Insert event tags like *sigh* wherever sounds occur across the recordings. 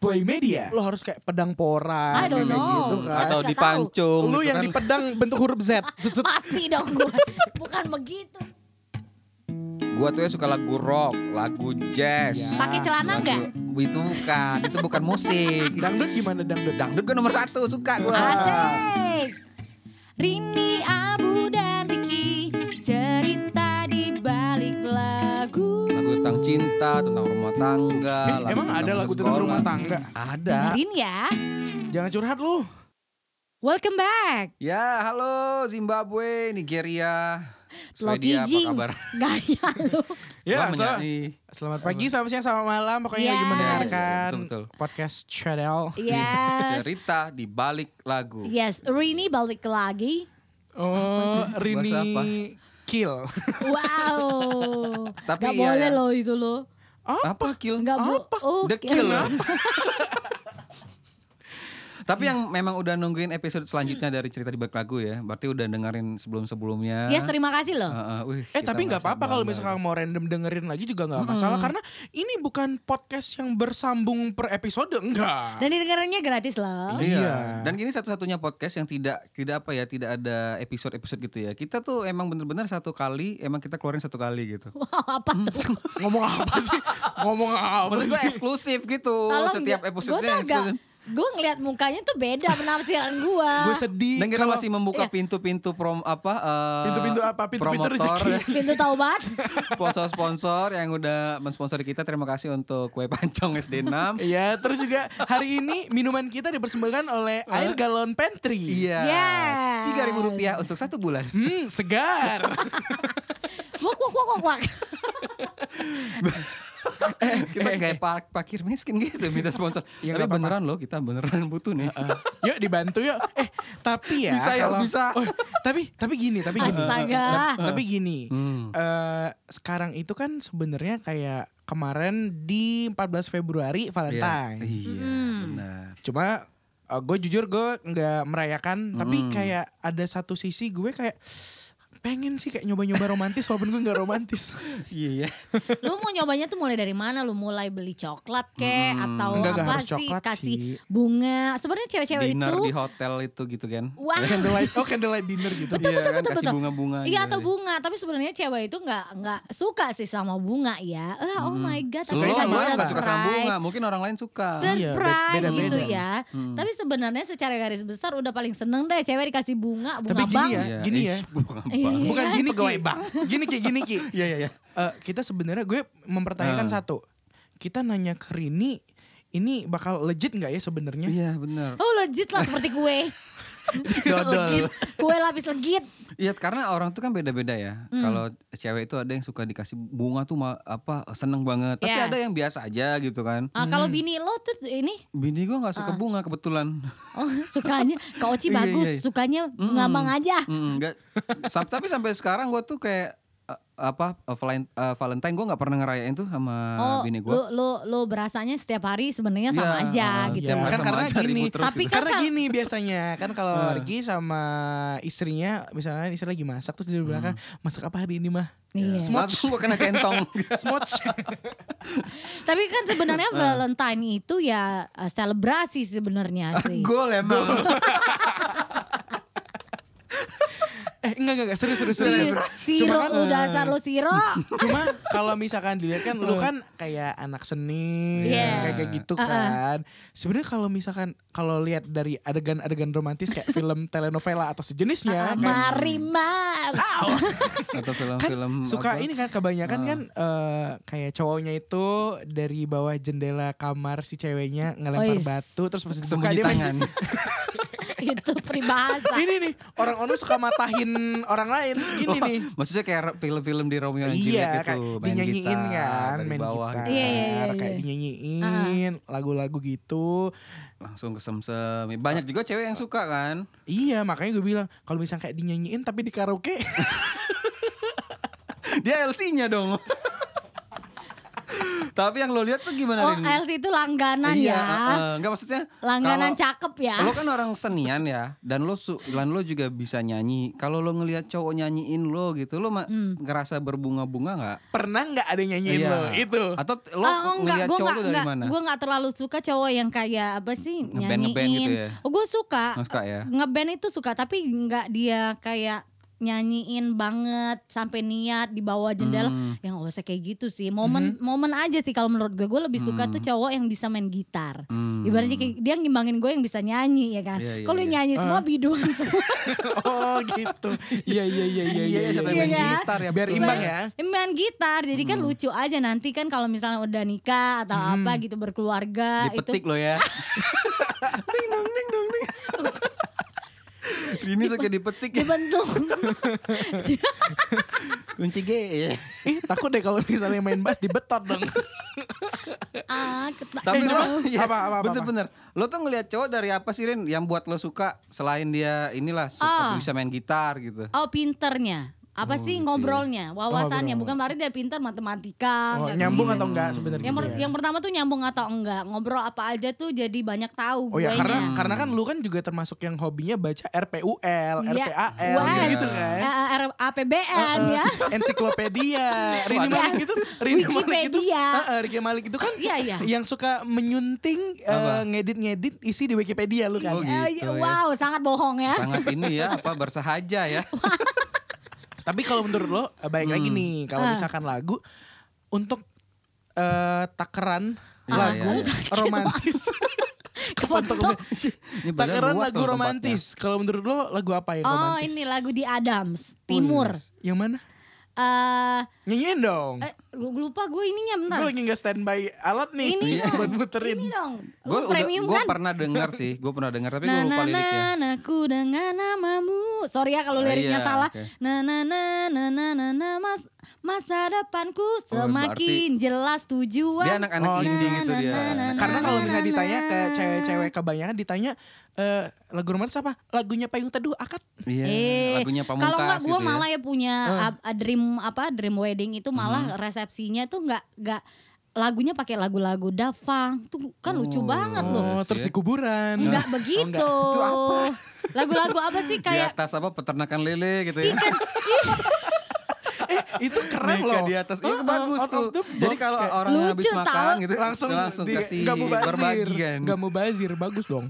Boy Media. Lo harus kayak pedang pora I don't kayak know. gitu kan. Atau Hmm, atau nggak dipancung Lu gitu yang kan. di pedang bentuk huruf Z. Zut, zut. Mati dong *laughs* gue. Bukan begitu. Gua tuh ya suka lagu rock, lagu jazz. Pakai celana Lagu- nggak? Itu bukan, itu bukan *laughs* musik. Dangdut gimana dangdut? Dangdut gue nomor satu suka gue. Asik. Rini, Abu dan Riki cerita di balik lagu. Lagu tentang cinta, tentang rumah tangga. Eh, lagu emang ada lagu tentang sekolah. rumah tangga? Ada. Dengerin ya. Jangan curhat lu. Welcome back. Ya, halo Zimbabwe, Nigeria, Lo Swedia, apa gijing. *laughs* kabar? Gaya *laughs* lu. Ya, Gua so- menyanyi. selamat pagi, selamat siang, selamat malam. Pokoknya lagi Yes. mendengarkan Betul, betul. podcast channel. Iya, Yes. Iya. Cerita di balik lagu. Yes, Rini balik lagi. Oh, Rini Bahasa apa? Kill. Wow. *laughs* Tapi Gak iya boleh ya. loh itu loh. Oh, Apa kill? Gak boleh. iya. Dekil loh. *laughs* Tapi yang memang udah nungguin episode selanjutnya dari cerita di balik lagu ya, berarti udah dengerin sebelum-sebelumnya. Yes, terima kasih loh. *laughs* Heeh, wih, Eh kita tapi nggak ngerasa apa-apa kalau bangga. misalkan mau random dengerin lagi juga nggak masalah karena ini bukan podcast yang bersambung per episode enggak. Dan didengarnya gratis loh. *laughs* Iya. Iya. Dan ini satu-satunya podcast yang tidak tidak apa ya, tidak ada episode-episode gitu ya. Kita tuh emang bener-bener satu kali, emang kita keluarin satu kali gitu. Wow, apa tuh? Ngomong apa *laughs* sih? Ngomong apa Oh, Maksud sih? iya. gue eksklusif gitu. Setiap Gue tuh episodenya agak, eksklusif. gue ngeliat mukanya tuh beda *laughs* penafsiran gue. Gue sedih. Dan kita kalau- masih membuka Iya. pintu-pintu prom apa? eh, Pintu-pintu apa? Pintu-pintu promotor, rezeki. *laughs* Pintu taubat. sponsor-sponsor yang udah mensponsori kita. Terima kasih untuk kue pancong SD *laughs* 6. Iya, terus juga hari ini minuman kita dipersembahkan oleh air galon pantry. Iya. Yes. Tiga ribu rupiah untuk satu *laughs* bulan. Hmm, segar. Wak wak wak wak wak. kita Eh, kayak park parkir miskin gitu minta sponsor. *laughs* Iya, Tapi nggak apa-apa. beneran loh kita beneran butuh nih. yuk dibantu yuk. Eh, tapi ya Bisa, yuk, kalau- bisa. Oh, tapi tapi gini, tapi gini. Astaga. Tapi- Tapi gini. Hmm. eh, sekarang itu kan sebenarnya kayak kemarin di 14 Februari Valentine. Iya, Mm. benar. Cuma eh, gue jujur gue nggak merayakan, tapi Hmm. kayak ada satu sisi gue kayak pengen sih kayak nyoba-nyoba romantis walaupun gue nggak *laughs* romantis. Iya. Lu mau nyobanya tuh mulai dari mana? Lu mulai beli coklat kek atau Enggak, enggak apa harus sih? coklat Kasih sih. bunga. Sebenarnya cewek-cewek Dinner itu di hotel itu gitu kan. Wah. *laughs* Candlelight, oh candlelight dinner gitu. Betul, Iya betul, kan, betul, kasih betul. bunga-bunga Iya gitu atau ya. bunga, tapi sebenarnya cewek itu nggak nggak suka sih sama bunga ya. Ah, oh my god, Lu Selalu tapi kasih emang nggak suka sama bunga, surprise. mungkin orang lain suka. Iya, Surprise beda- gitu beda-beda. ya. Mm. Tapi sebenarnya secara garis besar udah paling seneng deh cewek dikasih bunga, bunga Tapi gini bang. ya, Iya, gini ih, ya. bunga Iya. bang. Bukan Iya. gini Ki. Gini Ki, gini Ki. Ah. Iya iya iya. Eh, kita sebenarnya gue mempertanyakan Eh. satu. Kita nanya ke Rini, ini bakal legit nggak ya sebenarnya? Iya benar. Oh legit lah seperti kue. Dodol. legit, kue lapis legit. Iya karena orang tuh kan beda-beda ya. Hmm. Kalau cewek itu ada yang suka dikasih bunga tuh ma- apa seneng banget. Tapi Yes. ada yang biasa aja gitu kan. Ah, Kalau bini lo tuh ini Bini gue nggak suka bunga kebetulan. *laughs* oh, *laughs* sukanya Kak Oci Iya, bagus, iya, iya. sukanya bunga bang aja. Mm, enggak. Sam- tapi sampai sekarang gue tuh kayak eh, apa eh, Valen- eh, Valentine gue nggak pernah ngerayain tuh sama Oh, Ah, bini lo gue. lo lo berasanya setiap hari sebenarnya sama aja gitu. iya. Kan karena gini, Tapi kan Karena kal- gini biasanya kan kalau Ricky sama istrinya misalnya istri lagi masak terus di belakang masak apa hari ini mah Iya. gue kena *laughs* kentong. *laughs* smoch *laughs* Tapi kan sebenarnya Valentine itu ya eh, selebrasi sebenarnya Ah, sih. Gol emang. eh enggak enggak enggak, serius serius Si- serius Siro Cuma kan- lu dasar lu Siro. cuma kalau misalkan dilihat kan lu kan kayak anak seni Iya. kayak kayak gitu kan sebenarnya kalau misalkan kalau lihat dari adegan-adegan romantis kayak *laughs* film telenovela atau sejenisnya kan, ah, Mari mar. *laughs* Atau kan film-film suka apa? ini kan kebanyakan kan eh, kayak cowoknya itu dari bawah jendela kamar si ceweknya ngelempar Ois. batu terus pas dibuka sembunyi dia masih- tangan. itu peribahasa. *laughs* ini nih orang-orang suka matahin orang lain gini nih Maksudnya kayak film-film di Romeo and Juliet iya itu, kayak main dinyanyiin gitar kan dari main bawah gitar gitu. Iya, iya, iya, kayak iya. Ah. dinyanyiin lagu-lagu gitu Langsung kesemsem. Banyak juga cewek yang suka *laughs* kan. iya makanya gue bilang kalau misalnya kayak dinyanyiin tapi di karaoke Dia LC-nya dong. *laughs* Tapi yang lo lihat tuh gimana Oh Rin? Els itu langganan Iya, ya. eh, enggak maksudnya Langganan kalau- cakep ya. Lo kan orang senian ya dan lo su- dan lo juga bisa nyanyi. Kalau lo ngelihat cowok nyanyiin lo gitu, lo ma- Hmm. ngerasa berbunga-bunga nggak? *laughs* Pernah nggak ada yang nyanyiin Iya. lo? Itu. Atau t- lo Ah, ngelihat gua cowok lo dari enggak, mana? Gue gak terlalu suka cowok yang kayak apa sih Ngeband- nyanyiin. ngeband gitu ya? Oh, gue suka. Nggak suka ya? Ngeband itu suka tapi nggak dia kayak nyanyiin banget sampai niat di bawah jendela. Hmm. Mm-hmm. Yang gak usah kayak gitu sih. Momen momen aja sih kalau menurut gue. Gue lebih suka Hmm. tuh cowok yang bisa main gitar. Hmm. Ibaratnya kayak dia ngimbangin gue yang bisa nyanyi ya kan. Iya, iya, Kalau iya. nyanyi semua biduan *laughs* semua. *laughs* oh gitu. Iya iya iya iya. Iya, iya, sampai iya, main iya. gitar ya. Biar betul. imbang ya. main gitar. Jadi Hmm. kan lucu aja nanti kan kalau misalnya udah nikah atau apa gitu berkeluarga itu Dipetik lo *laughs* ya. ding dong ding dong ding. Rini suka dipetik ya. dibentuk. Kunci G ya. Ih, takut deh kalau misalnya main bass dibetot *laughs* dong. Ah, ketak. Tapi Eh, lo, coba. iya, Apa, apa, apa, bener-bener. Lo tuh ngelihat cowok dari apa sih Rin yang buat lo suka selain dia inilah Ah. suka bisa main gitar gitu. Oh, pinternya. Apa Oh, sih gitu. ngobrolnya, wawasannya, bukan berarti dia pinter matematika. Oh, nggak nyambung gitu. atau enggak sebenarnya? Yang, per- gitu ya? yang pertama tuh nyambung atau enggak, ngobrol apa aja tuh jadi banyak tahu Oh Iya. ya guenya. karena karena kan lu kan juga termasuk yang hobinya baca RPUL, Iya. RPAL Wah, gitu kan. eh, eh, R- APBN ya. Ensiklopedia, Rini Waduh. Malik itu, Rini Malik itu, Wikipedia. Heeh, Ricky Malik itu kan Iya, iya. yang suka menyunting eh, Apa? ngedit-ngedit isi di Wikipedia lu kan. Oh, gitu Eh, ya. wow, sangat bohong ya. Sangat ini ya apa *laughs* bersahaja ya. Tapi kalau menurut lo, eh, balik lagi nih, kalau Ah. misalkan lagu untuk eh, takeran Iya, lagu iya, *laughs* romantis. Kepentok. Ini badan takeran luas lagu loh tempatnya. romantis. Kalau menurut lo lagu apa yang Oh, Iya, romantis? Oh, ini lagu di Adams, Timur. Yang mana? iya. Eh, Nyanyiin dong. eh, gua lupa gue ininya bentar. Gue lagi nggak standby alat nih Ini Iya, buat dong. muterin. Ini dong. Lu Gue premium kan? pernah dengar sih, gue pernah dengar tapi gue Na lupa na liriknya. na naku dengan namamu. Sorry ya kalau Ah, liriknya iya, salah. oke. Na na na na na na na mas masa depanku semakin jelas tujuan. Oh, Dia anak-anak Oh, indie gitu dia. Karena Na, kalau na, misalnya na, ditanya ke na. cewek-cewek kebanyakan ditanya eh, lagu romantis apa? Lagunya Payung Teduh Akad. Iya, Eh, lagunya pamungkas kalau enggak gue gitu malah ya punya ab- a dream apa dream wedding itu malah Mm-hmm. resepsinya tuh enggak enggak lagunya pakai lagu-lagu Dafang tuh kan lucu Oh. banget loh. Oh, terus Iya. di kuburan. Enggak begitu. Lagu-lagu apa sih ya. Di kayak atas apa peternakan lele gitu ya. Eh, itu keren loh. Nikah di atas. Itu Heeh, bagus out tuh. of the box Jadi kalau kayak. orang Lucu habis makan tau. gitu langsung, langsung di- kasih nggak mau bazir. berbagi kan. Nggak mau bazir, bagus dong.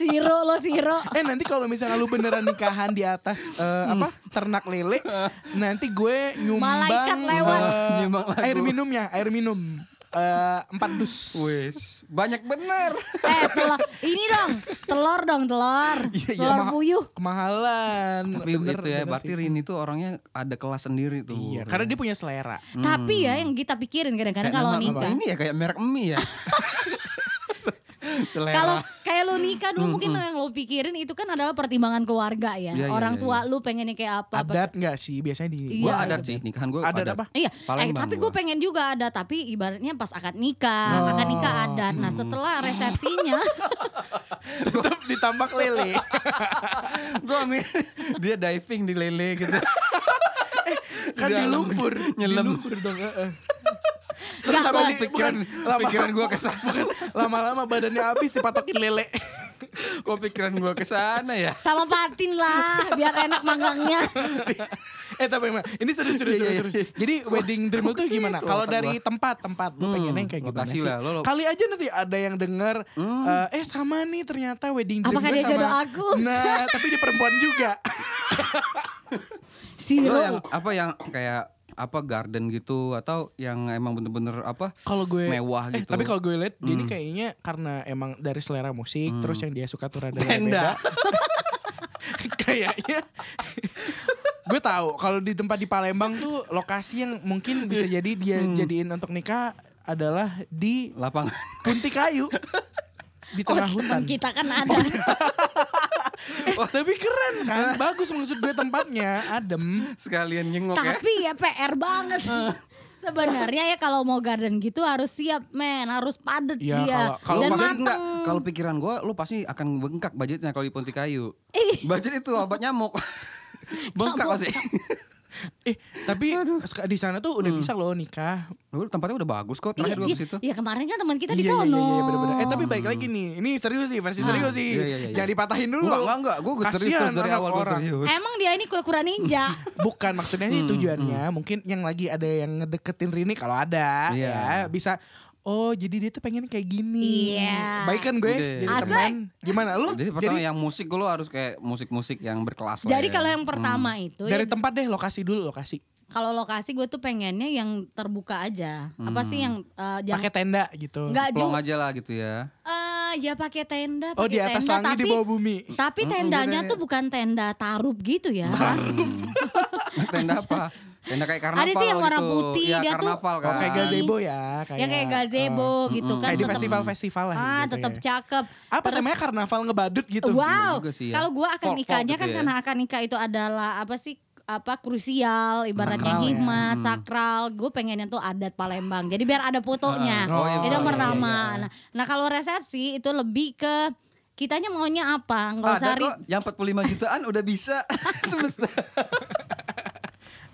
Siro lo Siro. Eh nanti kalau misalnya lu beneran nikahan di atas eh, apa ternak lele, nanti gue nyumbang Malaikat lewat. eh, *laughs* Nyumbang lagu. air minumnya, air minum eh, empat dus. Wes, banyak bener. Eh telur, ini dong, telur dong telur, Iya, telur ma- puyuh. kemahalan. Tapi Bener, itu ya, bener berarti sih. Rini tuh orangnya ada kelas sendiri tuh. Iya, karena dia punya selera. Tapi ya yang kita pikirin kadang-kadang Hmm. kalau Kayak nama- nikah, Ini ya kayak merek mie *laughs* ya. Selera. kalau kayak lu nikah dulu mungkin yang lu pikirin itu kan adalah pertimbangan keluarga ya, Hmm, Iya, iya, orang iya, tua lu pengennya kayak apa. Adat nggak sih biasanya di gue Iya, adat sih, nikahan gue Adat *laughs* apa? Iya, eh, Palembang tapi gua. gue pengen juga ada, tapi ibaratnya pas akad nikah, akad nikah Oh, adat. Nah hmm. setelah *laughs* resepsinya, tetap *laughs* ditambak lele. gue ambil dia diving di lele gitu. kan Eh, Di di eh, dalam. lumpur, *laughs* Nyelam. di lumpur dong. eh, heeh. Nggak, sama gua- di- pikiran lama- pikiran gue *laughs* kesana, Bukan lama-lama badannya habis dipatokin lele. *laughs* kok pikiran gue kesana ya. sama patin lah, biar enak *laughs* manggangnya. eh tapi emang ini serius serius serius. serius. Jadi wedding dream itu gimana? situ Kalau otak dari tempat tempat lu pengennya yang kayak gimana lokasi sih? Hmm, lah, lo- lo- Kali aja nanti ada yang denger eh, eh sama nih ternyata wedding dream Apakah gue dia sama- jodoh aku? Nah, tapi dia perempuan juga. Iya. Lo yang Siro, apa yang kayak apa garden gitu atau yang emang bener-bener apa? Kalau gue Mewah eh, gitu. Tapi *laughs* kalau gue lihat dia ini kayaknya karena emang dari selera musik terus yang dia suka tuh rada beda. Tenda. *laughs* kayaknya gue tahu kalau di tempat di Palembang tuh lokasi yang mungkin *laughs* bisa jadi dia jadiin untuk nikah adalah di lapangan. *laughs* Kunti kayu di Oh, tengah hutan. oh, kita kan ada. Eh, tapi keren kan? *laughs* Bagus maksud gue tempatnya, adem. Sekalian nyengok ya. Tapi ya PR banget. Eh. *laughs* Sebenarnya ya kalau mau garden gitu harus siap men, harus padet Ya, dia kalau- dan kalau maksud mateng. enggak, kalau pikiran gue lu pasti akan bengkak *laughs* budgetnya kalau di Ponti Kayu. Budget itu obat nyamuk. bengkak pasti. eh tapi sek- di sana tuh udah Hmm. bisa loh nikah. Lu tempatnya udah bagus gitu. kok. Iya, Terakhir gua iya, ke situ. iya, kemarin kan teman Eh, kita di Iya, sono. Iya, iya, iya bener-bener. Eh tapi balik lagi nih, ini serius nih, versi serius sih. Iya, iya, iya, iya. Jangan dipatahin dulu. Enggak, enggak, enggak. Gue serius Kasian terus dari anak awal gue orang. serius. *laughs* Emang dia ini kura-kura ninja. *laughs* Bukan maksudnya Hmm, sih tujuannya mungkin yang lagi ada yang ngedeketin Rini kalau ada ya Iya. bisa Oh jadi dia tuh pengen kayak gini. Iya. Baik kan gue Udah. jadi Asik. *laughs* teman. Gimana lu? Jadi pertama yang musik gue lo harus kayak musik-musik yang berkelas lah Jadi ya. kalau yang pertama itu Hmm. dari ya, tempat deh lokasi dulu lokasi. kalau lokasi gue tuh pengennya yang terbuka aja. Apa sih yang eh, jangan Hmm. Pakai tenda gitu. enggak Plong juga aja lah gitu ya. ya pakai tenda, Oh pakai di atas tenda, langit di tapi bawah Hmm, bumi. tapi Mm-mm, tendanya gitu ya. tuh bukan tenda tarub gitu ya. Nah, *laughs* Tenda apa? Tenda kayak karnaval Ada sih yang warna gitu. putih, ya, dia tuh- karnaval kan. Oh, kayak gazebo ya. Kayak, eh, hmm, *laughs* ya kayak gazebo gitu mm-mm. kan. Kayak di tetep- festival-festival lah. Ah, gitu tetap ya. cakep. Apa Terus- namanya karnaval ngebadut gitu. Wow. Iya juga sih ya. Kalau gua akan Folk-folk nikahnya gitu kan ya. karena akan nikah itu adalah apa sih apa krusial ibaratnya Sakral ya. hikmat Hmm. sakral gue pengennya tuh adat Palembang jadi biar ada fotonya Oh, iya, itu yang iya, pertama iya. nah, nah kalau resepsi itu lebih ke kitanya maunya apa nggak Ada usah ri- Ah, *laughs* kok yang 45 jutaan udah bisa *laughs* *laughs* semesta.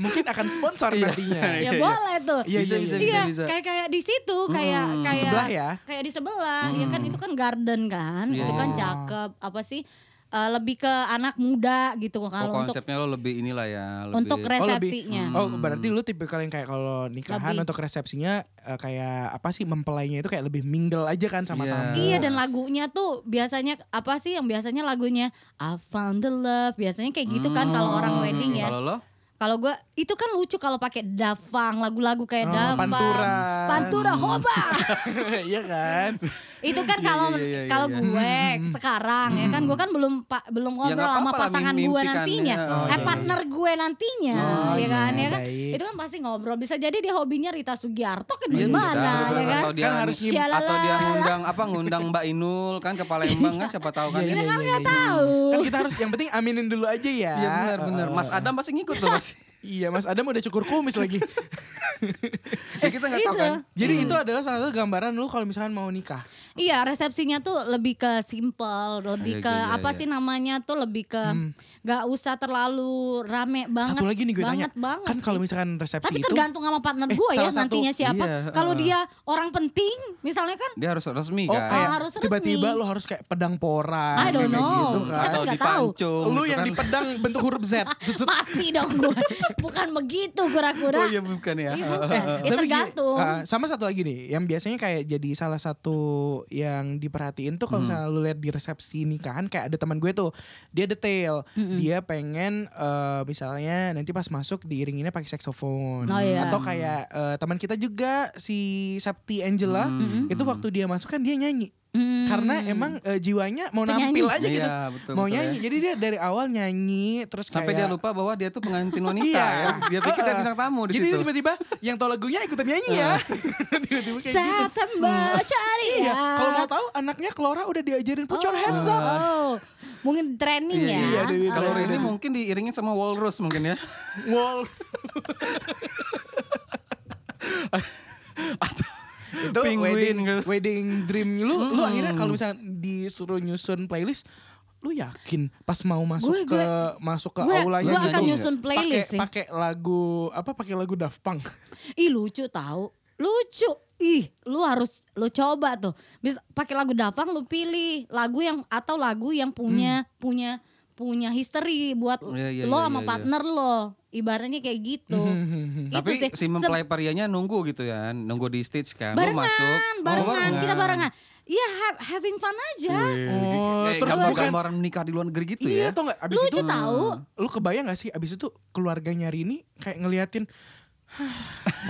Mungkin akan sponsor Iya. nantinya. ya Iya, iya. boleh tuh Iya, bisa, iya, bisa, iya. bisa, Iya, bisa. kayak kayak di situ kayak Hmm. kayak Sebelah ya. kayak di sebelah ya kan Hmm. itu kan garden kan Iya, itu iya, kan iya. cakep apa sih eh, lebih ke anak muda gitu Oh, kalau untuk konsepnya lo lebih inilah ya. Lebih, hmm. untuk lebih- resepsinya Oh berarti lu tipikal yang kayak kalau nikahan Lebih. untuk resepsinya eh, kayak apa sih mempelainya itu kayak lebih mingle aja kan sama Iya. tamu. Iya dan Yes. lagunya tuh biasanya apa sih yang biasanya lagunya I found the love biasanya kayak gitu kan kalau orang Hmm, wedding ya. Kalau lo? Kalau gua itu kan lucu kalau pakai dafang lagu-lagu kayak Oh, dafang. Pantura. Pantura *laughs* hoba. *laughs* Iya kan? itu kan Iya, kalau iya, iya, iya, kalau iya. Hmm. gue sekarang ya kan gue kan belum pa- belum Ya, nggak ngobrol sama apa-apa lah, pasangan mimpi gue kan, nantinya. ya. Oh, eh iya. partner gue nantinya Oh, ya kan iya, ya kan. baik. Itu kan pasti ngobrol bisa jadi dia hobinya Rita Sugiarto kan Iya, gimana bisa, ya betul. kan. Atau dia Kan harus ngundang- nyimpen. atau dia ngundang apa ngundang Mbak Inul kan ke Palembang kan siapa tahu kan. Iya, Iya iya, iya, iya. Tahu. Kan kita harus yang penting aminin dulu aja ya. Iya, benar benar. Mas Adam pasti ngikut tuh *laughs* pasti. Iya Mas Adam udah cukur kumis lagi. Ya, kita nggak Gitu. tahu kan. Jadi itu adalah salah satu gambaran lu kalau misalkan mau nikah. Iya resepsinya tuh lebih ke simple, lebih Iya, ke iya, iya, apa iya. sih namanya tuh lebih ke nggak usah terlalu rame banget. Hmm. satu lagi nih gue banget, tanya. banget kan kalau sih. misalkan resepsi tapi itu tergantung sama partner Eh, gue ya salah satu- nantinya siapa. iya, Kalau eh. dia orang penting, misalnya kan, Dia harus resmi Oh, kan. kayak Ah, harus resmi. tiba-tiba lu harus kayak pedang pora. I kayak don't know. gitu Kita kan. kan Atau nggak dipancung. Lu gitu yang kan. di pedang bentuk huruf Z. Zut, zut. mati dong gue. *laughs* Bukan begitu kura-kura. Oh iya bukan ya. Iya, Heeh. bukan. Ya, Eh, Tapi gini, tergantung. ah, sama satu lagi nih, yang biasanya kayak jadi salah satu yang diperhatiin tuh kalau Hmm. misalnya lu lihat di resepsi nikahan kayak ada teman gue tuh, dia detail, dia pengen eh, misalnya nanti pas masuk diiringinnya pakai saksofon, Oh, iya. atau kayak eh, teman kita juga si Septi Angela Hmm. itu waktu dia masuk kan dia nyanyi. Mm-hmm. Hmm. Karena emang eh, jiwanya mau Penyanyi. nampil aja gitu. Iya, betul, mau betul nyanyi. ya. Jadi dia dari awal nyanyi terus Sampai kayak- dia lupa bahwa dia tuh pengantin wanita Iya. ya. Dia pikir dia bintang tamu di Jadi dia situ. Iya. tiba-tiba yang tau lagunya ikutan nyanyi ya. tiba-tiba kayak gitu. September syariah. Iya, kalau mau tahu anaknya Kelora udah diajarin put your hands up. Oh, mungkin training Iya, ya. iya, Dewi, Ah. Kalau Iya. ini mungkin diiringin sama walrus mungkin ya. Wall. itu Penguin wedding, gitu. wedding dream lu, lu akhirnya kalau misalnya disuruh nyusun playlist lu yakin pas mau masuk Gue- ke gue- masuk ke gue- aulanya gue gitu, akan nyusun pakai playlist sih. pakai lagu apa pakai lagu Daft Punk Ih lucu tahu. Lucu. Ih, lu harus lu coba tuh. Bisa pakai lagu Dafang lu pilih lagu yang atau lagu yang punya punya punya history buat Iya, iya, lo iya, sama iya, partner lo. Ibaratnya kayak gitu. Itu Tapi sih. si mempelai parianya nunggu gitu ya, nunggu di stage kan. Lu barengan, masuk. Oh, barengan, Gitu. kita barengan. Iya, ha- having fun aja. Oh, Eh, terus gambar- bukan- gambaran menikah di luar negeri gitu Iya ya. tau gak abis Lucu itu tahu. Lu kebayang gak sih abis itu keluarganya Rini kayak ngeliatin "Hah,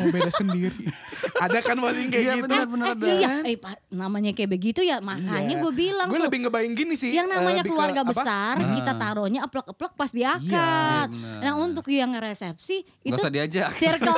Mau beda sendiri *laughs* Ada kan masing kayak Iya, gitu bener, bener. Eh, ada. iya, eh, pa- namanya kayak begitu ya, makanya gue bilang Gue tuh. lebih ngebayang gini sih yang namanya eh, lebih ke keluarga apa, besar Ah. kita taruhnya aplek-aplek pas di akad. benar. nah untuk yang resepsi Gak itu usah diajak. circle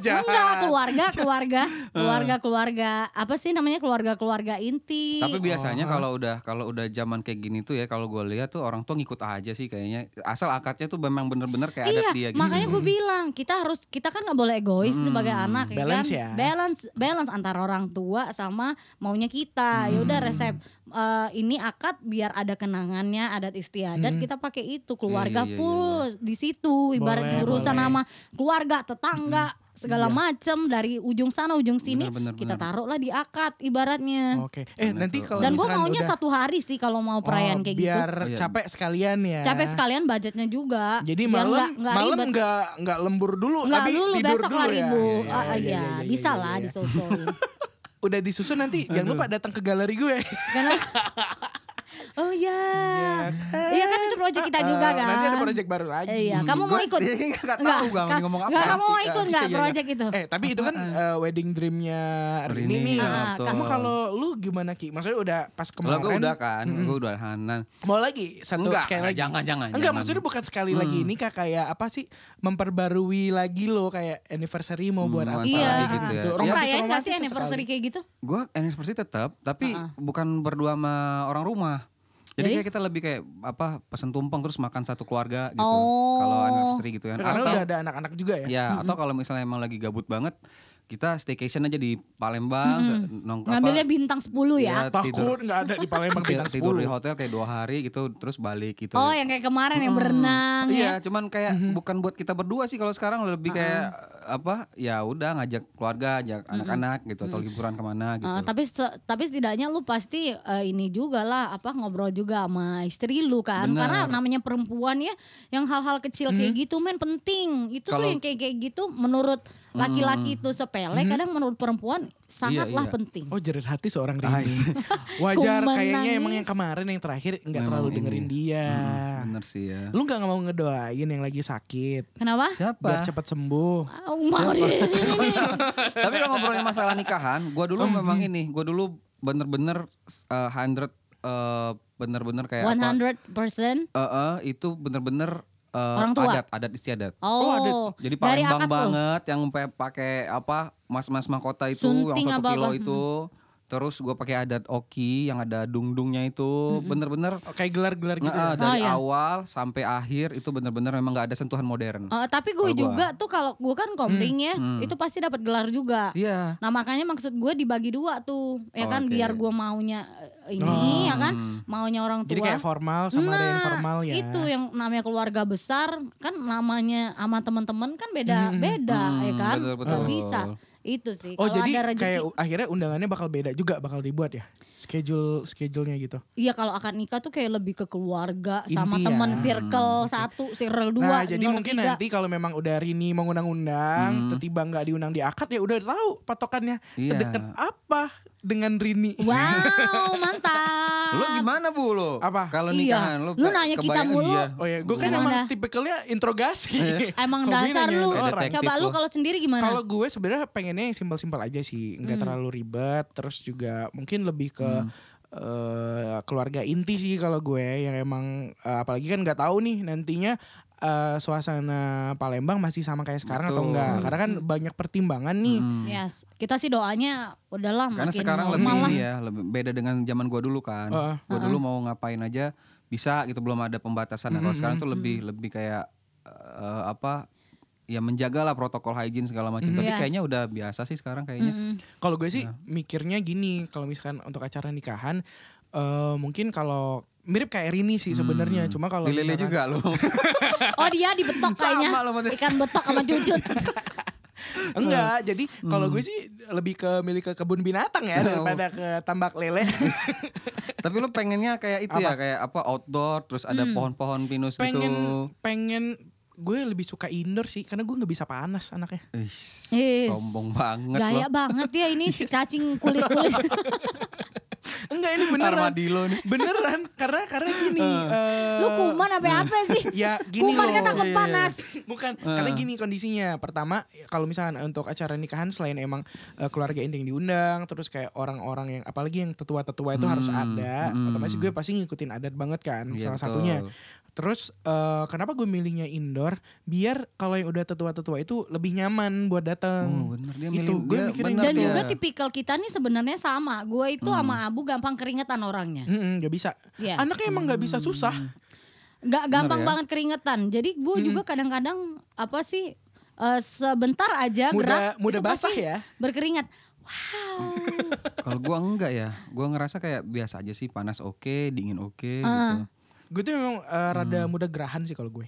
Jahat. enggak keluarga keluarga keluarga keluarga apa sih namanya keluarga keluarga inti Oh, Tapi biasanya kalau udah kalau udah zaman kayak gini tuh ya kalau gue lihat tuh orang tua ngikut aja sih kayaknya. Asal akadnya tuh memang bener-bener kayak adat iya dia gitu. Hmm, makanya gue bilang kita harus kita kan nggak boleh egois sebagai anak ya balance kan? ya. Balance balance antara orang tua sama maunya kita. Ya Hmm. udah resep eh, ini akad biar ada kenangannya, adat istiadat kita pakai itu. Keluarga Hmm. Iya, iya, iya, full di situ ibaratnya Boleh, urusan boleh. sama keluarga, tetangga, segala macem dari ujung sana ujung sini Hmm. Iya. Benar, benar, kita benar. taruhlah di akad ibaratnya. Oke. Eh Bener nanti tuh. kalau Dan gue misalkan maunya udah- satu hari sih kalau mau perayaan Oh, kayak gitu. biar Iya. capek sekalian ya. Capek sekalian budgetnya juga. Jadi Biar malam nggak- nggak malam ribet. nggak nggak lembur dulu Enggak tapi dulu tidur besok dulu lah ya. ribu. Iya, iya, Ah, iya, iya, iya, bisa iya, lah iya. disosoin. Udah disusun *laughs* nanti jangan lupa datang ke galeri gue. Karena Oh ya. kan? oh, Iya kan itu proyek kita juga kan. Eh, Nanti ada project baru lagi. Iya, kamu mau Gua- ikut? Iya, nggak tahu gua Ka- ngomong apa. nggak, kamu mau Iya, ikut iya, nggak iya. proyek itu? Eh tapi itu kan eh, wedding dreamnya Rini Rini, nih. ya, Ah, betul. Kamu kalau lu gimana Ki? Maksudnya udah pas Kalau kemarin. gue udah kan, gue udah hanan. Mau lagi satu Enggak, sekali enggak, lagi. jangan, jangan, Enggak jangan. maksudnya bukan sekali lagi ini kak kayak apa sih memperbarui lagi lo kayak Hmm, anniversary mau buat apa lagi Iya, ah. gitu ya. Kamu Romantis- Perayaan nggak sih romantis anniversary kayak gitu? Gue anniversary tetap, tapi Ah, bukan berdua sama orang rumah. Jadi, Jadi? kayak kita lebih kayak apa pesen tumpeng terus makan satu keluarga gitu. Oh. Kalau anniversary gitu kan. Karena Atau- udah ada anak-anak juga ya. Ya, atau kalau misalnya emang lagi gabut banget, kita staycation aja di Palembang, nong apa, Ngambilnya bintang 10 ya. Iya, tidur. Takut nggak ada di *laughs* Palembang tidur, bintang tidur 10. di hotel kayak dua hari gitu, terus balik gitu. Oh, yang kayak kemarin yang berenang ya. Iya, cuman kayak bukan buat kita berdua sih kalau sekarang lebih kayak apa? Ya udah ngajak keluarga, ngajak Mhm. anak-anak gitu atau liburan kemana gitu. Eh, tapi se- tapi setidaknya lu pasti eh, ini juga lah apa ngobrol juga sama istri lu kan Bener. karena namanya perempuan ya yang hal-hal kecil kayak gitu men penting itu tuh Hmm. Kalau- Hmm. yang kayak kayak gitu menurut laki-laki itu sepele kadang menurut perempuan sangatlah iya. penting Oh jerit hati seorang Rini. *laughs* Wajar Ku kayaknya menangis. emang yang kemarin yang terakhir nggak Memang terlalu ini. dengerin dia. Mhm, Bener sih ya. Lu nggak mau ngedoain yang lagi sakit kenapa biar Siapa? cepat sembuh. Ah, mau di sini nih. *laughs* Tapi kalau ngobrolin masalah nikahan, gua dulu memang ini, gua dulu bener-bener uh, 100 uh, bener-bener kayak apa? 100 persen Eh, eh, itu bener-bener eh, Orang tua? adat adat istiadat. Oh, adat. Jadi dari Palembang akad lo? banget yang pe- pakai apa mas-mas mahkota itu Sunting yang satu apa-apa. Hmm. kilo itu. Terus gue pakai adat oki yang ada dung-dungnya itu bener-bener Oh, Kayak gelar-gelar gitu. eh, ya? Hmm. Oh, dari iya. awal sampai akhir itu bener-bener memang nggak ada sentuhan modern. Eh, tapi gue Kalau gua. juga tuh kalau gue kan komring ya itu pasti dapat gelar juga Hmm, Iya. Nah makanya maksud gue dibagi dua tuh ya kan Oke. Hmm. biar gue maunya eh, ini ya kan maunya orang tua. Jadi kayak formal sama ada yang formal ya. Nah, Itu yang namanya keluarga besar kan namanya sama teman-teman kan beda beda ya Hmm, kan. betul, Nggak betul. bisa. Itu sih. Mm-hmm. Oh Kalau ada jadi rezeki, kayak u- akhirnya undangannya bakal beda juga bakal dibuat ya schedule schedule-nya gitu. iya kalau akan nikah tuh kayak lebih ke keluarga sama Inti ya. teman Hmm, circle satu, circle nah dua, jadi circle mungkin tiga. nanti kalau memang udah Rini mengundang, tiba-tiba nggak diundang di akad ya udah tahu patokannya Iya. sedekat apa dengan *laughs* Nah. Rini. Wow, mantap. Lo gimana bu lo? Apa? Kalau Ah. Iya. nikahan Lu nanya kita kebayang- mulu. Iya. Oh ya, gue kan Gimana? emang tipikalnya interogasi. Emang Hobi dasar nanyain lu. orang. Detektif Coba lu lu. kalau sendiri gimana? *laughs* Kalau gue sebenarnya pengennya yang simpel-simpel aja sih, nggak terlalu ribet, terus juga mungkin lebih ke eh, keluarga inti sih kalau gue yang emang eh, apalagi kan nggak tahu nih nantinya eh, suasana Palembang masih sama kayak sekarang atau Betul. enggak? Karena kan banyak pertimbangan nih. Hmm. Yes, kita sih doanya udahlah Karena makin sekarang lebih normal lah. ini ya, lebih beda dengan zaman gua dulu kan. Heeh. Gua dulu mau ngapain aja bisa gitu belum ada pembatasan. Nah, Kalau sekarang tuh lebih lebih kayak eh, apa? Ya menjagalah protokol hygiene segala macam. Tapi Yes. Mm. kayaknya udah biasa sih sekarang kayaknya. Mm-mm. Kalau gue sih mikirnya gini, kalau misalkan untuk acara nikahan eh, mungkin kalau mirip kayak Rini sih sebenarnya, cuma kalau Dilele misalkan- juga lu. Oh dia dibetok kayaknya. *laughs* Sama lu, Mati. Ikan betok sama cucut. Enggak, jadi kalau gue sih lebih ke milik ke kebun binatang ya daripada ke tambak lele. Tapi lu pengennya kayak itu ya, kayak apa outdoor terus ada Mm. pohon-pohon pinus pengen gitu. pengen gue lebih suka indoor sih karena gue nggak bisa panas anaknya. Ih, Is. sombong banget Gaya lu. banget ya ini si cacing *laughs* kulit-kulit. Enggak ini beneran. Armadillo nih. beneran karena karena gini eh, Lu kuman apa apa sih? ya gini kuman loh. kan takut panas. Bukan, karena gini kondisinya. Pertama, kalau misalkan untuk acara nikahan selain emang eh, keluarga inti yang diundang, terus kayak orang-orang yang apalagi yang tetua-tetua itu harus Hmm. ada. Otomatis gue pasti ngikutin adat banget kan Iya, salah betul. satunya. Terus eh, kenapa gue milihnya indoor? Biar kalau yang udah tetua-tetua itu lebih nyaman buat Oh, datang. bener dia Itu, milih- gue dia mikirin bener Dan tuh. juga tipikal kita nih sebenarnya sama. Gue itu Hmm. sama Abu gampang keringetan orangnya. Mm-mm, Gak bisa. Iya. Hmm. Anaknya emang gak bisa susah. Gak gampang ya. Hmm. banget keringetan. Jadi gue juga kadang-kadang apa sih eh, sebentar aja Mudah- gerak mudah itu pasti basah ya. berkeringat wow *laughs* Kalau gua enggak ya, gua ngerasa kayak biasa aja sih, panas oke, dingin oke Ah, gitu. Gue tuh memang eh, rada Hmm. mudah gerahan sih kalau gue.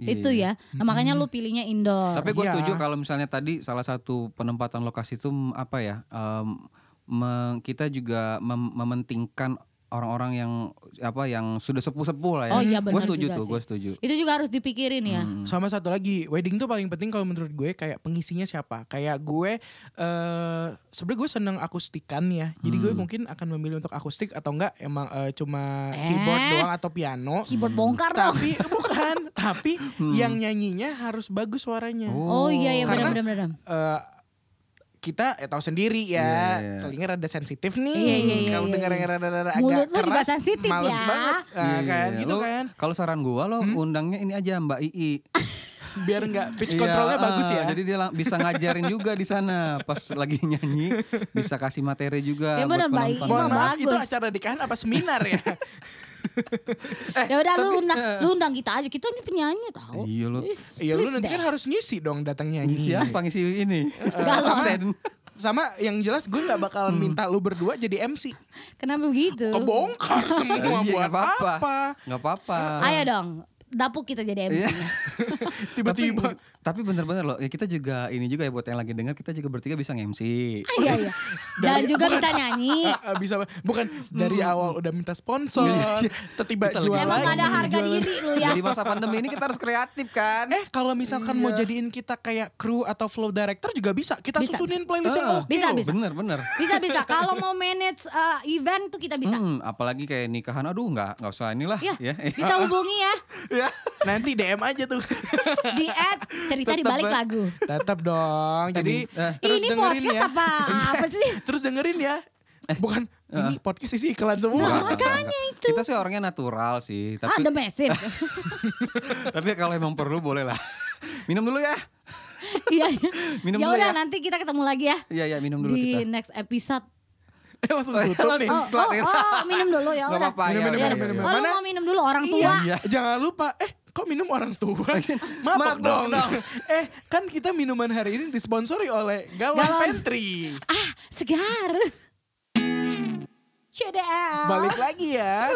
Iya. itu ya Nah, makanya lu pilihnya indoor Tapi gue Iya. setuju kalau misalnya tadi salah satu penempatan lokasi itu mm, apa ya? em, meng- kita juga mem- mementingkan orang-orang yang apa yang sudah sepuh-sepuh lah ya. Oh iya, gue benar setuju juga tuh, sih. gue setuju. itu juga harus dipikirin ya Hmm. Sama satu lagi, wedding tuh paling penting kalau menurut gue kayak pengisinya siapa. Kayak gue eh sebenarnya gue seneng akustikan ya. Jadi gue Hmm. mungkin akan memilih untuk akustik atau enggak emang eh, cuma Eh. keyboard doang atau piano. keyboard bongkar dong Tapi *laughs* bukan, tapi yang nyanyinya harus bagus suaranya. Hmm. oh iya iya Karena- benar benar benar Eh, kita ya, tahu sendiri ya, Iya, iya. telinga rada sensitif nih. Iya, iya, iya, Kalau iya, dengar yang rada rada agak Mulut lu keras, juga sensitif males ya. banget. Nah, Iya, kan iya. gitu Hmm? Lo- kan. Kalau saran gue lo undangnya ini aja Mbak II. Biar *laughs* nggak pitch Iya, controlnya ah, eh, bagus ya. Jadi dia lang- bisa ngajarin juga di sana pas lagi nyanyi, bisa kasih materi juga Ya buat benar, Mbak II penonton. mah Mohon maaf, itu bagus. acara nikahan apa seminar *laughs* ya? ya udah lu undang lu undang kita aja kita ini penyanyi tahu eh. Iya, lu- Please, Iya lu please nanti deh. Iya, kan harus ngisi dong datangnya Ngisi apa ngisi ini? Eh, Galau. Absen. Sama yang jelas gue nggak Hmm. bakalan minta lu berdua jadi MC. kenapa begitu Kebongkar semua Iya, buat nggak apa-apa. apa? Nggak apa-apa. Iya. ayo dong dapuk kita jadi MC -nya. *laughs* Tiba-tiba Tapi, tapi bener-bener loh, ya kita juga ini juga ya buat yang lagi dengar kita juga bertiga bisa nge-MC. *laughs* iya *laughs* iya dan Dari- juga bisa nyanyi Ah, ah, bisa bukan dari awal udah minta sponsor, *laughs* tiba-tiba Hmm. Iya, Kita lagi jualan. emang ada harga jualan. diri lu ya Jadi masa pandemi ini kita harus kreatif kan? Eh kalau misalkan mau Iya. jadiin kita kayak kru atau flow director juga bisa. Kita Bisa, susunin playlist yang Ah, oke Bisa, loh. bisa. Bener bener. bisa bisa kalau mau manage uh, event tuh kita bisa Hmm, apalagi kayak nikahan, aduh nggak nggak usah inilah ya ya. Eh, *laughs* bisa hubungi ya Iya. Nanti DM aja tuh. di add cerita di balik Tetep, eh. lagu Tetap dong. Jadi eh, terus ini dengerin podcast ya. *laughs* apa apa sih Terus dengerin ya. Eh. Bukan Ah. ini podcast isi iklan nggak, semua. nggak, makanya nggak. Kita sih orangnya natural sih, ah tapi mesif *laughs* tapi kalau emang perlu boleh lah. *laughs* Minum dulu ya. iya iya Minum ya dulu udah ya. nanti kita ketemu lagi ya Iya ya minum dulu di kita. next episode Eh, langsung tutup nih. oh, oh, oh, minum dulu ya Nggak udah apa-apa, ya, Minum, udah, minum, ya, minum. ya. oh lu Mana? mau minum dulu orang tua Iya, jangan lupa. Eh, kok minum orang *laughs* tua? Mabok dong. *laughs* eh, kan kita minuman hari ini disponsori oleh Gawan Gawan. Pantry. ah segar CDL Balik lagi *laughs* ya.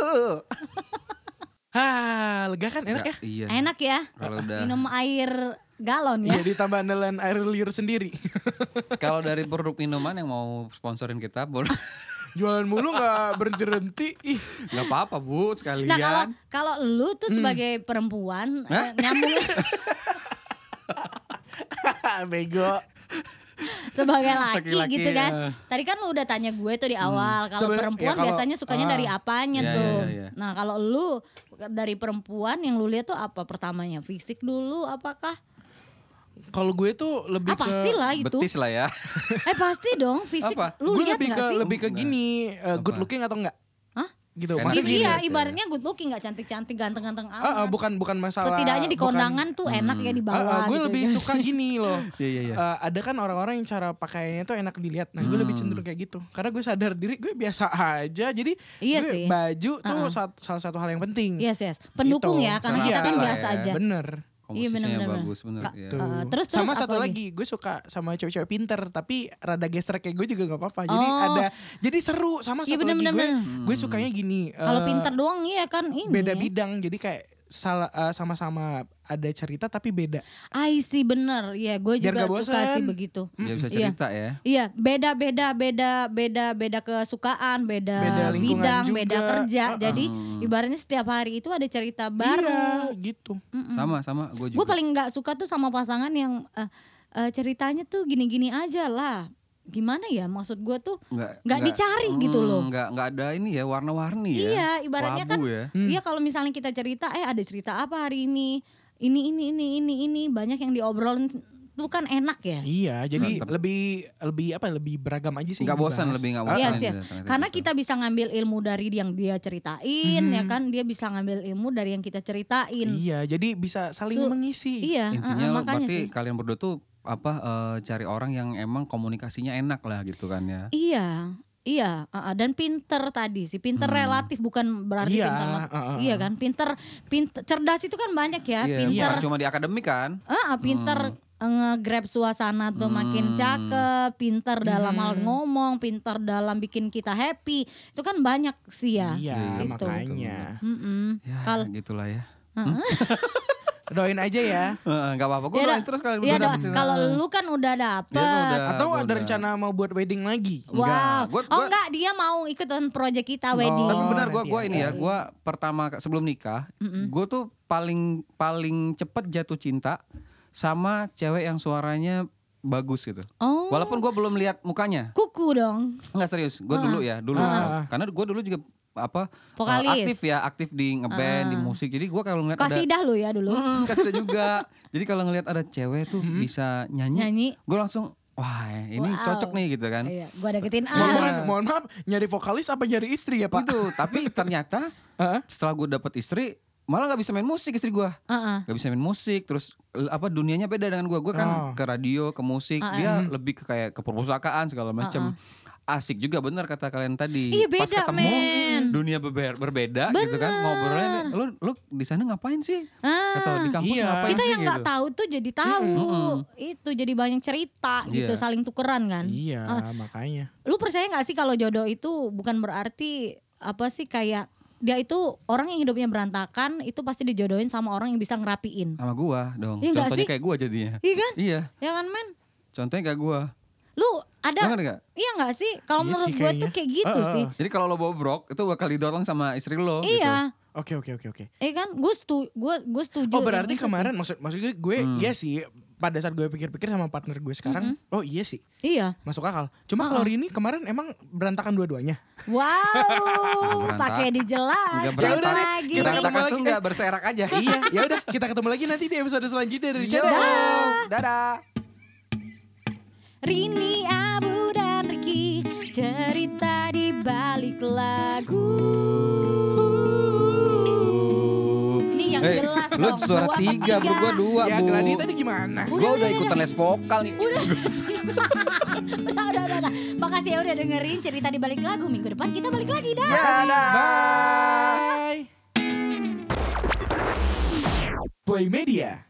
Hah, lega kan enak ya? Ya, Iya. Ah, enak ya Iya. Kalau udah minum air galon ya Jadi tambah nelan Iya, air liur sendiri. *laughs* kalau dari produk minuman yang mau sponsorin kita boleh Jualan mulu nggak berhenti berhenti. Ih, *laughs* nggak apa-apa bu Iya, sekalian. Nah kalau kalau lu tuh Hmm. sebagai perempuan eh, nyambung *laughs* bego. sebagai laki, Laki-laki, gitu kan. ya. Tadi kan lu udah tanya gue tuh di awal iya. Hmm. kalau Sebenarnya- perempuan ya, kalau- biasanya sukanya ah. dari apanya Iya, tuh. iya, iya. Nah kalau lu dari perempuan yang lu lihat tuh apa pertamanya fisik dulu apakah? Kalau gue tuh lebih Ah pasti ke lah itu. Betis lah *laughs* ya. Eh pasti dong fisik. Apa? Ah, Lu gue lihat lebih nggak ke sih? lebih ke Enggak. gini eh, good Apa? looking atau enggak? Hah? Gitu. Enak. Maksudnya gini. Iya, Iya. ibaratnya good looking nggak cantik-cantik, ganteng-ganteng amat. Ah, ah, bukan bukan masalah. Setidaknya di bukan- kondangan tuh enak ya di Ah, ah, bawah gue gitu lebih ya. *laughs* suka gini loh. Iya iya Hmm. iya. Eh, ada kan orang-orang yang cara pakaiannya tuh enak dilihat. Nah, gue lebih cenderung kayak gitu. Karena gue sadar diri gue biasa aja. Jadi Iya gue sih. baju tuh sat- salah satu hal yang penting. Yes, yes. Pendukung Gitu. ya karena Karena kita kan apa biasa ya, aja. Bener. Iya, benar, *laughs* Komposisinya benar, benar. bagus bener. Ka- iya. Tuh. Eh, terus- sama terus apa satu lagi? lagi, gue suka sama cewek-cewek pinter tapi rada gesrek kayak gue juga nggak apa-apa jadi Oh. ada jadi seru sama Iya, satu bener, lagi bener, gue bener. gue sukanya gini eh, Kalau pinter doang iya kan ini. beda bidang jadi kayak salah eh, sama-sama ada cerita tapi beda I see bener. Iya, gue Biar juga nggak suka bosan. sih begitu. Dia bisa Iya. cerita ya. Iya, beda beda beda beda beda kesukaan, beda, Beda lingkungan bidang, juga. beda kerja. Uh-uh. Jadi ibaratnya setiap hari itu ada cerita baru. Iya, gitu Sama sama gue juga. Gue paling nggak suka tuh sama pasangan yang eh, eh, ceritanya tuh gini-gini aja lah. Gimana ya maksud gue tuh? nggak Mm, nggak dicari gitu loh. Nggak nggak ada ini ya warna-warni ya. Iya, ibaratnya kan Labu ya. Iya kalau misalnya kita cerita eh ada cerita apa hari ini? Ini ini ini ini ini banyak yang diobrolin tuh kan enak ya. iya jadi Mantep. lebih lebih apa ya, lebih beragam aja sih Nggak yang bosan dibahas. lebih nggak Ah, bosan. Yes, gitu, yes. ternyata Iya, Karena gitu. kita bisa ngambil ilmu dari yang dia ceritain, ya kan? Dia bisa ngambil ilmu dari yang kita ceritain. iya jadi bisa saling Su- mengisi Iya, ah, intinya ah, lo- makanya berarti sih. kalian berdua tuh apa eh, cari orang yang emang komunikasinya enak lah gitu kan ya. Iya, iya. ah, ah. dan pinter tadi sih, pinter Hmm. relatif bukan berarti Iya, pinter. ah, ah. Iya kan? Pinter, pinter, cerdas itu kan banyak ya. Iya, pinter, bukan cuma di akademik kan. ah, ah, pinter nge-grab suasana tuh makin Hmm. cakep, pinter dalam hal ngomong, pinter dalam bikin kita happy. Itu kan banyak sih ya. Iya, gitu. makanya. Mm-mm. Ya, Kalau- gitulah ya. Doain aja ya. Eh, Nggak apa-apa. Gue Ya, doain Do. terus kalian Iya berdua dong. dapetin. Kalau lu kan udah Iya, gua dapet. udah- Atau gua ada udah. rencana mau buat wedding lagi? Enggak, Wow. gua- oh gua- enggak, dia mau ikutan project kita wedding. Tapi Oh, benar gua nanti gua ada. ini ya, gua pertama ke- sebelum nikah, gua tuh paling paling cepet jatuh cinta sama cewek yang suaranya bagus gitu. Oh. Walaupun gua belum lihat mukanya. kuku dong. Enggak serius, gua dulu ya, dulu. Ah. Karena gua dulu juga apa eh, Vokalis. aktif ya, aktif di ngeband, di musik. Jadi gua kalau ngeliat ada Kasidah lu ya dulu. Mm, kasidah juga. Jadi kalau ngelihat ada cewek tuh bisa nyanyi, Nyanyi. gua langsung wah, ini Wow. cocok nih gitu kan. Iya, gua deketin Mohon, ah. mohon- mohon maaf, nyari vokalis apa nyari istri ya Pak? Itu, Gitu. tapi ternyata *laughs* Heeh. setelah gue dapet istri malah nggak bisa main musik istri gue Heeh. nggak bisa main musik terus l- apa dunianya beda dengan gue gue kan Oh. Hmm. ke radio ke musik Ah, dia lebih ke kayak ke perpustakaan segala macam asik juga bener kata kalian tadi Iya, pas beda, ketemu men. dunia beber- berbeda gitu kan Bener. ngobrolnya nih, lu lu di sana ngapain sih Ah. atau di kampus Iya. ngapain kita sih yang nggak gitu tahu tuh jadi tahu itu jadi banyak cerita gitu Iya. saling tukeran kan Iya, Ah, makanya. lu percaya nggak sih kalau jodoh itu bukan berarti apa sih kayak dia itu orang yang hidupnya berantakan itu pasti dijodohin sama orang yang bisa ngerapiin sama gue dong Iya nggak contohnya sih? kayak gue jadinya iya kan iya ya kan men contohnya kayak gue lu ada Bener nggak iya nggak sih kalau Iya menurut sih gue kayaknya. tuh kayak gitu Heeh. Oh, gitu. sih jadi kalau lo bobrok itu bakal didorong sama istri lo gitu. iya Oke, oke, oke, oke. iya kan gue setuju gue gue setuju Oh, yang berarti itu sih. kemarin maksud maksud gue gue iya sih pada saat gue pikir-pikir sama partner gue sekarang, oh iya sih. iya Masuk akal. Cuma ah. kalau Rini kemarin emang berantakan dua-duanya. wow Berantakan. pakai Nggak dijelas berantak, lagi kita berantakan ketemu tuh lagi. nggak berserak aja. iya, ya udah kita ketemu lagi nanti di episode selanjutnya Iya. dari Yo, channel. Dadah. Rini Abu dan Ricky cerita di balik lagu. Ini yang Eh, jelas lu dong. suara dua apa tiga, bro. Gua dua, Ya, bu. Gladi tadi gimana? Gue udah ikutan les vokal nih. Udah, *laughs* udah, udah, udah, udah. Makasih ya udah dengerin cerita di balik lagu. Minggu depan kita balik lagi dah. Bye. Play Media.